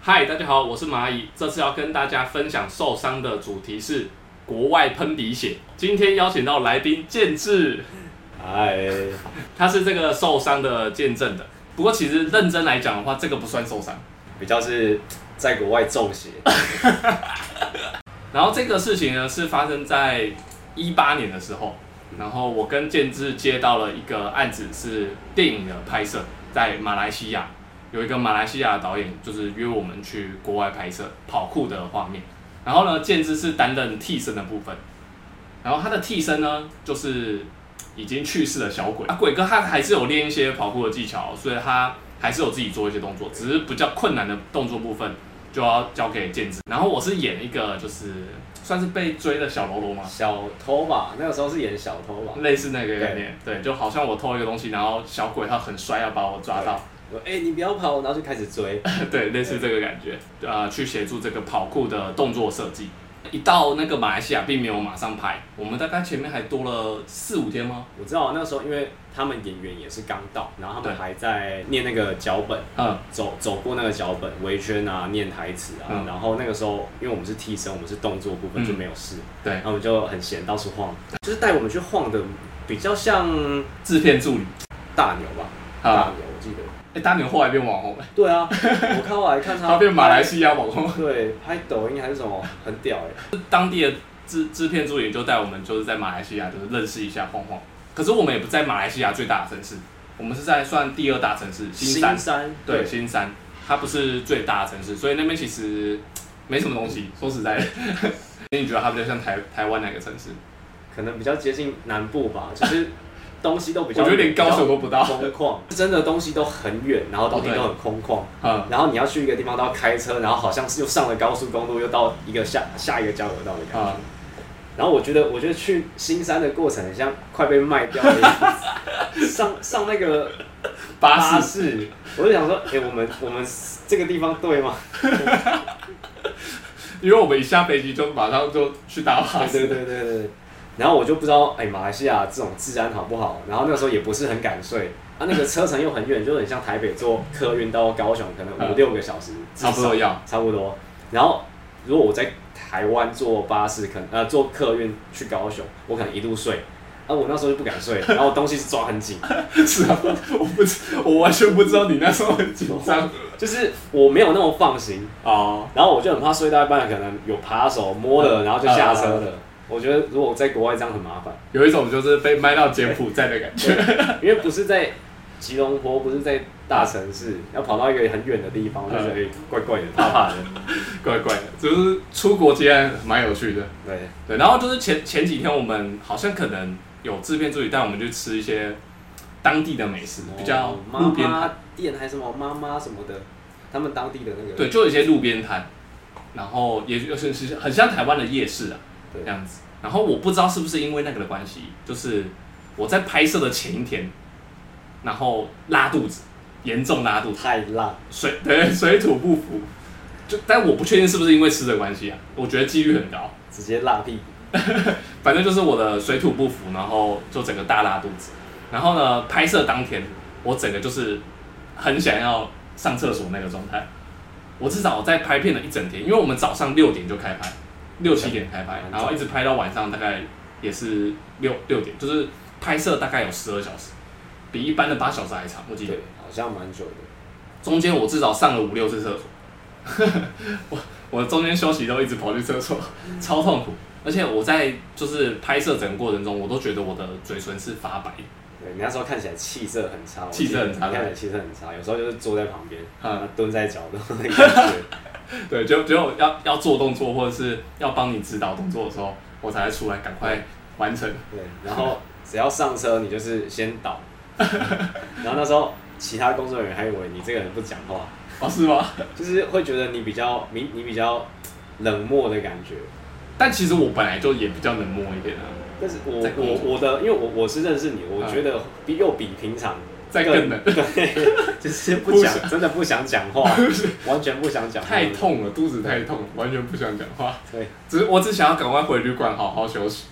嗨，大家好，我是蚂蚁。这次要跟大家分享受伤的主题是国外喷鼻血。今天邀请到来宾建志，哎，他是这个受伤的见证的。不过其实认真来讲的话，这个不算受伤。比较是在国外中邪，然后这个事情呢是发生在一八年的时候，然后我跟建志接到了一个案子，是电影的拍摄，在马来西亚有一个马来西亚的导演，就是约我们去国外拍摄跑酷的画面。然后呢，建志是担任替身的部分，然后他的替身呢就是已经去世的小鬼啊，鬼哥他还是有练一些跑酷的技巧，所以他还是有自己做一些动作，只是比较困难的动作部分就要交给建志。然后我是演一个就是算是被追的小喽啰嘛，小偷吧，那个时候是演小偷吧。类似那个概念，对，就好像我偷一个东西，然后小鬼他很帅要把我抓到，我哎、你不要跑，然后就开始追。 对，类似这个感觉，呃，去协助这个跑酷的动作设计。一到那个马来西亚，并没有马上拍，我们大概前面还多了四五天吗？我知道那时候，因为他们演员也是刚到，然后他对们还在念那个脚本，嗯，走走过那个脚本，围圈啊，念台词啊。嗯然后那个时候，因为我们是替身，我们是动作部分嗯就没有事，对然，后我们就很闲，到处晃，就是带我们去晃的，比较像制片助理大牛吧，大啊，牛，我记得。哎、大牛后来变网红了，对啊，我看后来看他，他变马来西亚网红， 对，拍抖音还是什么，很屌哎、当地的制制片助理就带我们就是在马来西亚就是认识一下晃晃。可是我们也不在马来西亚最大的城市，我们是在算第二大城市新山新，山对，新山，它不是最大的城市，所以那边其实没什么东西。说实 在的，那你觉得它比较像台台湾哪个城市？可能比较接近南部吧， 就是东西都比较，我觉得连高手都不到比较空旷，真的东西都很远，然后东哦西对都很空旷，嗯，然后你要去一个地方都要开车，然后好像是又上了高速公路，又到一个下下一个交流道的感觉。啊、然后我觉得，我觉得去新山的过程很像快被卖掉的样 子，上上那个巴士巴士，我就想说，哎、我们我们这个地方对吗？因为我们一下飞机就马上就去搭巴啊对士，对对对对。然后我就不知道，哎、马来西亚这种治安好不好？然后那时候也不是很敢睡，啊，那个车程又很远，就很像台北坐客运到高雄，可能五嗯六个小时，至差不多少要。差不多。然后如果我在台湾坐巴士，可能呃坐客运去高雄，我可能一路睡。啊，我那时候就不敢睡，然后我东西是抓很紧，是啊， 我不知，我完全不知道你那时候很紧张就是我没有那么放心，哦。然后我就很怕睡到一半，可能有扒手摸了，然后就下车嗯了。我觉得如果在国外这样很麻烦。有一种就是被卖到柬埔寨的感觉。因为不是在吉隆坡，不是在大城市，要跑到一个很远的地方，嗯我就觉得、欸怪怪的，怕怕的。怪怪的，就是出国接案蛮有趣的。对，对，然后就是前前几天我们好像可能有制片助理带我们去吃一些当地的美食，比较妈路边摊，哦妈店还是什么妈妈什么的，他们当地的那个对，就有一些路边摊，然后也就是是很像台湾的夜市啊，对这样子。然后我不知道是不是因为那个的关系，就是我在拍摄的前一天，然后拉肚子，严重拉肚子，太辣，水对水土不服，就但我不确定是不是因为吃的关系啊，我觉得几率很高。直接辣屁股。反正就是我的水土不服，然后就整个大拉肚子。然后呢，拍摄当天，我整个就是很想要上厕所那个状态。我至少在拍片了一整天，因为我们早上六点就开拍，六七点开拍，然后一直拍到晚上大概也是六六点，就是拍摄大概有十二小时，比一般的八小时还长，我记得对。，好像蛮久的。中间我至少上了五六次厕所， 我我中间休息都一直跑去厕所，超痛苦。而且我在就是拍摄整个过程中，我都觉得我的嘴唇是发白的，对，你那时候看起来气色很差，我气色很差记得你看起来气色很差，有时候就是坐在旁边，然后嗯，蹲在角落那个感觉。 对，就只有要要做动作或者是要帮你指导动作的时候，我才会出来赶快完成。对，然后只要上车，你就是先 倒。然后那时候其他工作人员还以为你这个人不讲话，哦，是吗？就是会觉得你比较你你比较冷漠的感觉。但其实我本来就也比较冷漠一点啊，但是我在工作我我的，因为我我是认识你，我嗯觉得比又比平常再更冷，对， 就是不不想真的不想讲 话，完全不想讲 话，太痛了，肚子太痛，完全不想讲话。对，只是我只想要赶快回旅馆好好休息。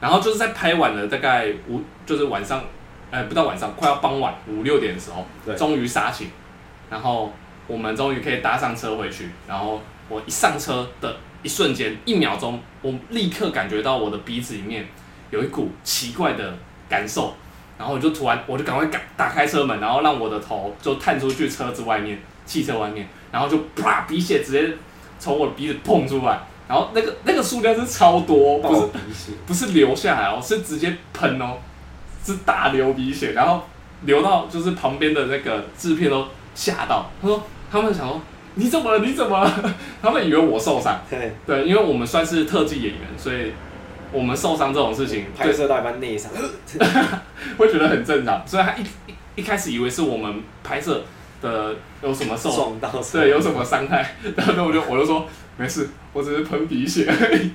然后就是在拍完了大概五，就是晚上，呃，不到晚上，快要傍晚五六点的时候，对终于杀青。然后我们终于可以搭上车回去。然后我一上车的一瞬间，一秒钟，我立刻感觉到我的鼻子里面有一股奇怪的感受，然后我就突然，我就赶快赶打开车门，然后让我的头就探出去车子外面，汽车外面，然后就啪，鼻血直接从我的鼻子碰出来，然后那个那个数量是超多，不是爆鼻血，不是流下来哦，是直接喷哦，是大流鼻血，然后流到就是旁边的那个制片都吓到，他说他们想说你怎么了？你怎么了？ 他们以为我受伤，对，对，因为我们算是特技演员，所以我们受伤这种事情，拍对，摄到一半内伤，会觉得很正常，所以他一一一开始以为是我们拍摄的有什么受撞到手对，有什么伤害？然后我就我就说没事，我只是喷鼻血而已。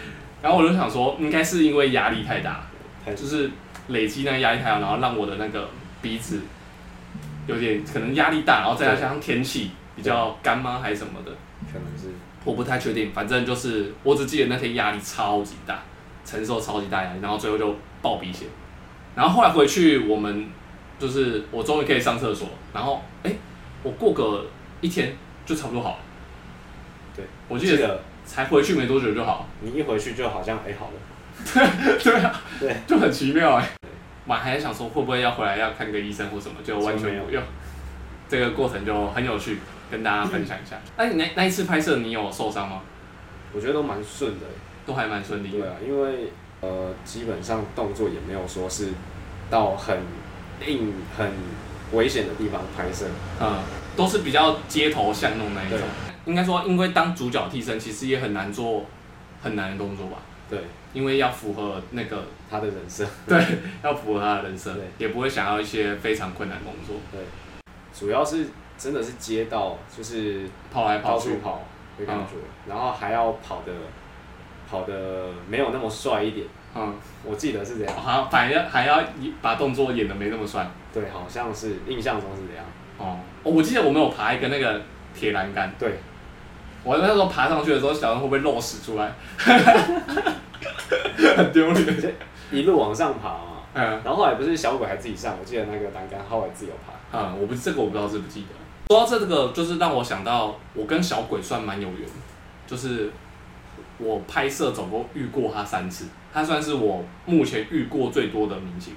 然后我就想说，应该是因为压力太大，太就是累积那个压力太大，然后让我的那个鼻子有点可能压力大，然后再加上天气比较干吗还是什么的，可能是我不太确定。反正就是我只记得那天压力超级大，承受超级大压力，然后最后就爆鼻血。然后后来回去，我们就是我终于可以上厕所，然后哎，我过个一天就差不多好了。对，我记记得得才回去没多久就好。你一回去就好像哎好了， 对啊，对，就很奇妙哎、我还想说会不会要回来要看个医生或什么，就完全没有不用。这个过程就很有趣，跟大家分享一下。嗯哎、你那那一次拍摄你有受伤吗？我觉得都蛮顺的。都还蛮顺利的。对啊，因为呃，基本上动作也没有说是到很硬、很危险的地方拍摄。嗯，都是比较街头巷弄那一种对。应该说，因为当主角替身，其实也很难做很难的动作吧，对，因为要符合那个， 他的人设，对，要符合他的人设对，也不会想要一些非常困难的动作，主要是真的是街道，就是跑来跑嗯到去处。跑的感觉，然后还要跑的跑的没有那么帅一点，嗯，我记得是这样。好像反正还要把动作演的没那么帅。对，好像是印象中是这样。哦，哦我记得我们有爬一个那个铁栏杆，对，我那时候爬上去的时候，想说会不会漏屎出来， 很丢脸。一路往上爬嘛，嗯。然后后来不是小鬼还自己上，我记得那个栏杆后来自己有爬。啊、我不这个我不知道记不记得。说到这个，就是让我想到我跟小鬼算蛮有缘，就是我拍摄总共遇过他三次，他算是我目前遇过最多的明星，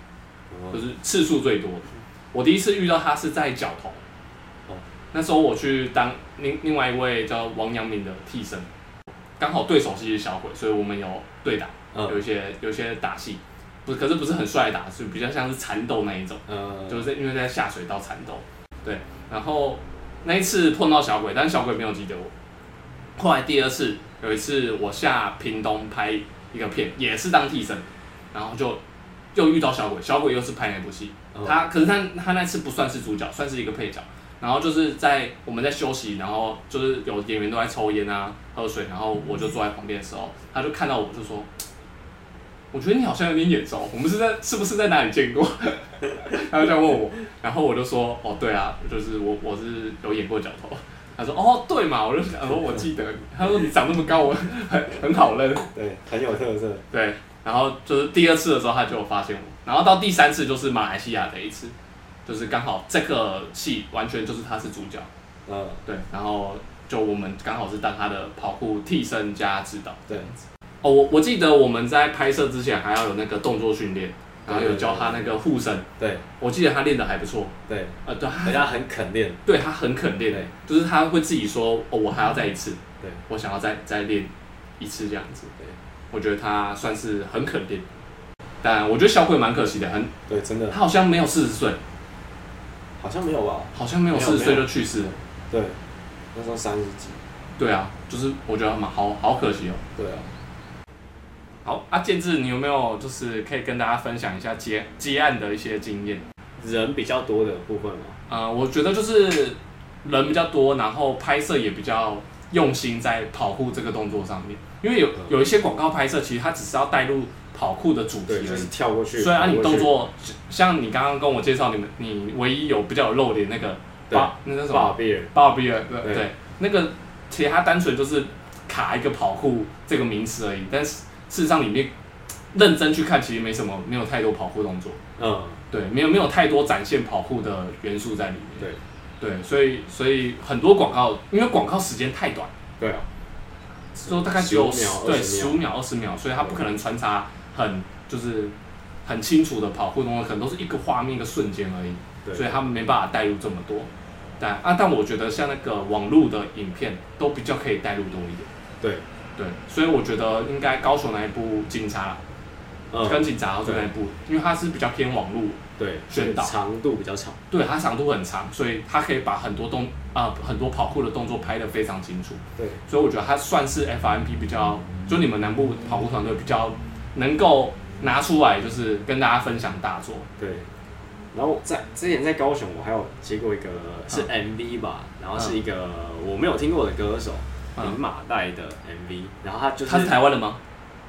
就哦是次数最多的。我第一次遇到他是在角头，哦那时候我去当另另外一位叫王阳明的替身，刚好对手是一只小鬼，所以我们有对打，有嗯一些有一些打戏，不可是不是很帅的打，是比较像是缠斗那一种。嗯，就是因为在下水道缠斗，对，然后那一次碰到小鬼，但是小鬼没有记得我。后来第二次有一次我下屏东拍一个片，也是当替身，然后就又遇到小鬼，小鬼又是拍那部戏，嗯他可是他他那次不算是主角，算是一个配角。然后就是在我们在休息，然后就是有演员都在抽烟啊、喝水，然后我就坐在旁边的时候，他就看到我就说：“我觉得你好像有点眼熟，我们是在是不是在哪里见过？” 他就这样问我，然后我就说：“哦，对啊，就是我我是有演过角头。”他说：“哦，对嘛。”我就想说：“我记得。”他说：“你长那么高，我很很好认。”对，很有特色。对，然后就是第二次的时候他就有发现我，然后到第三次就是马来西亚的一次，就是刚好这个戏完全就是他是主角，嗯，对，然后就我们刚好是当他的跑酷替身加指导。对。哦，我我记得我们在拍摄之前还要有那个动作训练，然后有对教他那个护身，对我记得他练的还不错，对，呃，对，他人家很肯练，对他很肯练对，就是他会自己说，哦，我还要再一次，对我想要再再练一次这样子。对，我觉得他算是很肯定，但我觉得小鬼蛮可惜的，很对，真的他好像没有四十岁，好像没有吧？好像没有没有四十岁没就去世了。对，那时候三十几，对啊，就是我觉得蛮好好可惜哦。对啊，好啊，建志，你有没有就是可以跟大家分享一下接接案的一些经验？人比较多的部分嘛，呃，我觉得就是人比较多，然后拍摄也比较用心在跑酷这个动作上面，因为有嗯有一些广告拍摄，其实它只是要带入跑酷的主题对，而就已是。跳过去，虽然、啊、你跑过动去作像你刚刚跟我介绍你们，你唯一有比较有露脸那个对巴那叫什么把别人，鲍比尔对对对，那个其实它单纯就是卡一个跑酷这个名词而已，但是事实上里面认真去看，其实没什么，没有太多跑酷动作，嗯，对，没有没有太多展现跑酷的元素在里面。对，对，所以所以很多广告，因为广告时间太短，对啊，就大概只有15秒对20十秒五秒、二十秒，所以它不可能穿插很就是很清楚的跑互动，可能都是一个画面、一个瞬间而已，对，所以他们没办法带入这么多。但啊，但我觉得像那个网络的影片都比较可以带入多一点，对，对，所以我觉得应该高手那一部警察、跟嗯，警察合作那一部，因为它是比较偏网络对，宣导长度比较长，对，它长度很长，所以它可以把很多动啊、很多跑酷的动作拍得非常清楚，对，所以我觉得它算是 FMP 比较，就你们南部跑酷团队比较能够拿出来，就是跟大家分享大作。对。然后在之前在高雄，我还有接过一个嗯是 MV 吧，然后是一个我没有听过的歌手嗯林马带的 MV，然后他就是他是台湾的吗？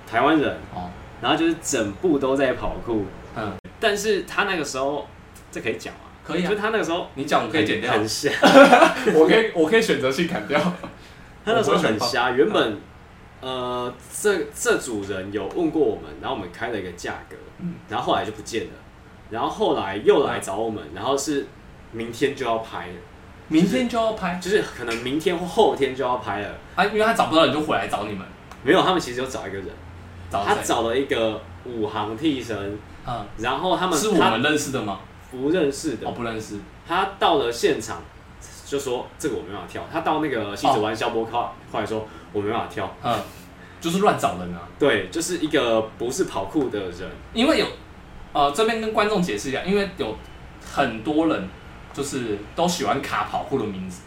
台湾人，哦，然后就是整部都在跑酷，嗯，但是他那个时候这可以讲啊，可以啊就，他那个时候你讲我可以剪掉，很瞎， 我可以我可以选择性砍掉。他那时候很瞎，原本呃这这组人有问过我们，然后我们开了一个价格，嗯然后后来就不见了，然后后来又来找我们，然后是明天就要拍了，明天就要拍就是可能明天或后天就要拍了，啊，因为他找不到人就回来找你们，没有，他们其实有找一个人，找他谁？找了一个武行替身，嗯，然后他们是我他们认识的吗？不认识的我，不认识。他到了现场就说这个我没办法跳，他到那个西哦子湾消波靠，后来说我没办法跳，嗯，就是乱找人啊。对，就是一个不是跑酷的人，因为有，呃，这边跟观众解释一下，因为有很多人就是都喜欢卡跑酷的名字，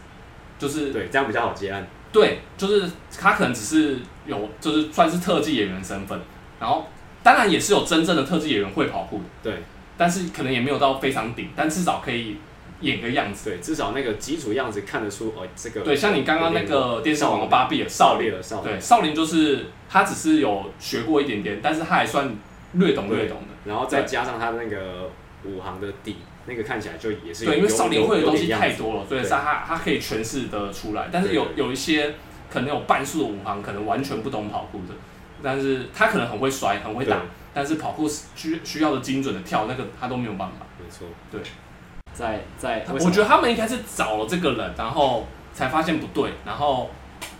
就是对，这样比较好接案，对就是他可能只是有，就是算是特技演员身份，然后当然也是有真正的特技演员会跑酷的，对但是可能也没有到非常顶，但至少可以演个样子。对，至少那个基础样子看得出，哦，这个对，像你刚刚那个电视王国巴比尔少少林，烈的少对，少林就是他只是有学过一点点，但是他还算略懂略懂的。然后再加上他的那个武行的底，那个看起来就也是有对，因为有少年会的有东有西点样太子多了，所以对是它它可以诠释的出来。但是对有对有一些可能有半数的武行，可能完全不懂跑酷的，但是他可能很会摔，很会打对，但是跑酷需需要的精准的跳那个他都没有办法。没错，对，在在我觉得他们应该是找了这个人，然后才发现不对，然后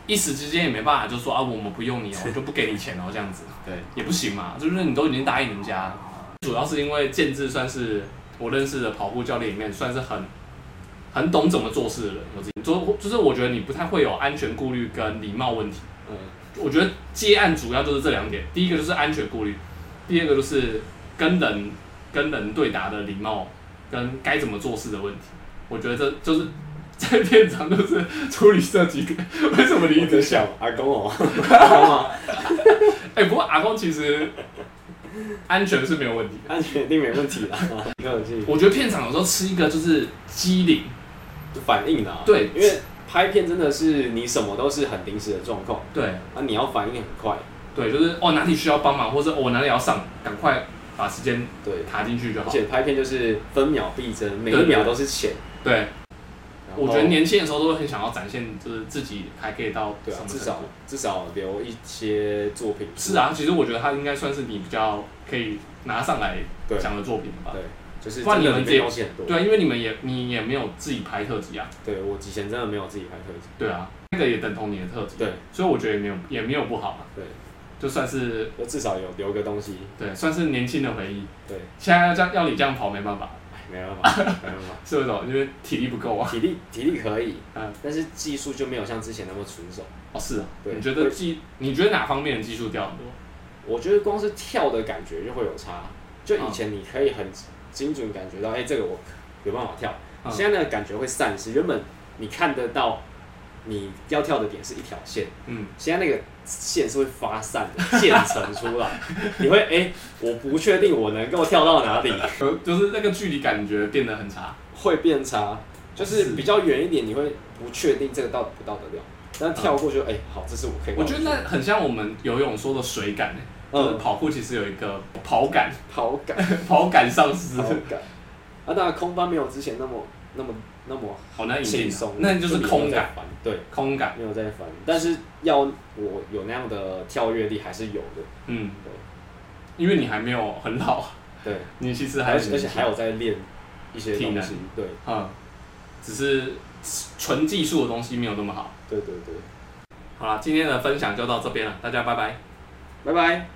一时之间也没办法，就说啊我们不用 你哦，我就不给你钱哦这样子。对也不行嘛，就是你都已经答应人家了，主要是因为建志算是我认识的跑步教练里面算是很很懂怎么做事的人，我自己就就是我觉得你不太会有安全顾虑跟礼貌问题，嗯我觉得接案主要就是这两点，第一个就是安全顾虑，第二个就是跟人跟人对答的礼貌跟该怎么做事的问题，我觉得这就是。在片场就是处理这几个，为什么你一直笑？ 阿 公哦，阿公啊，哎、不过阿公其实安全是没有问题的，安全一定没问题 啦，没有问题，我觉得片场有时候吃一个就是机灵，反应啦，对因为拍片真的是你什么都是很临时的状况，对啊，你要反应很快，对，就是哦哪里需要帮忙，或者我、哦、哪里要上，赶快把时间对，卡进去就而好。且拍片就是分秒必争，每对一秒都是钱。对，然后我觉得年轻的时候都会很想要展现，就是自己还可以到对什啊，么至程少度。至少留一些作品。是，啊，其实我觉得他应该算是你比较可以拿上来对讲的作品吧对。，就是不然真你的们里自己面东西很多。对啊，因为你们也你也没有自己拍特辑啊，对，我以前真的没有自己拍特辑。对啊，那个也等同你的特辑，对所以我觉得也没有也没有不好啊，对，就算是就至少有留个东西。对算是年轻的回忆。对，现在要这样要你这样跑没办法，哎没办法，没办法。是不是哦？因为体力不够啊。体力体力可以 嗯，但是技术就没有像之前那么纯熟。 哦，是啊，对你觉得技，你觉得哪方面的技术掉很多？我觉得光是跳的感觉就会有差。就嗯以前你可以很精准感觉到，哎、这个我有办法跳。嗯现在那个感觉会散失，原本你看得到你要跳的点是一条线，嗯，现在那个线是会发散的，渐层出来， 你会哎、我不确定我能够跳到哪里，呃就是那个距离感觉变得很差。会变差，就是比较远一点，你会不确定这个到不到得了。但跳过去，哎、好，这是我可以我完成觉的。得那很像我们游泳说的水感、欸，嗯就是跑酷其实有一个跑感， 好感， 跑感丧失好，感。啊，当然空翻没有之前那么那么那么好难轻引进啊松，，那就是空感，烦，对，空感，没有在烦。但是要我有那样的跳跃力还是有的，嗯对，因为你还没有很老， 对，你其实还而很且而且还有在练一些体东能西，对，嗯，只是纯技术的东西没有那么好。对对对，好了，今天的分享就到这边了，大家拜拜。拜拜。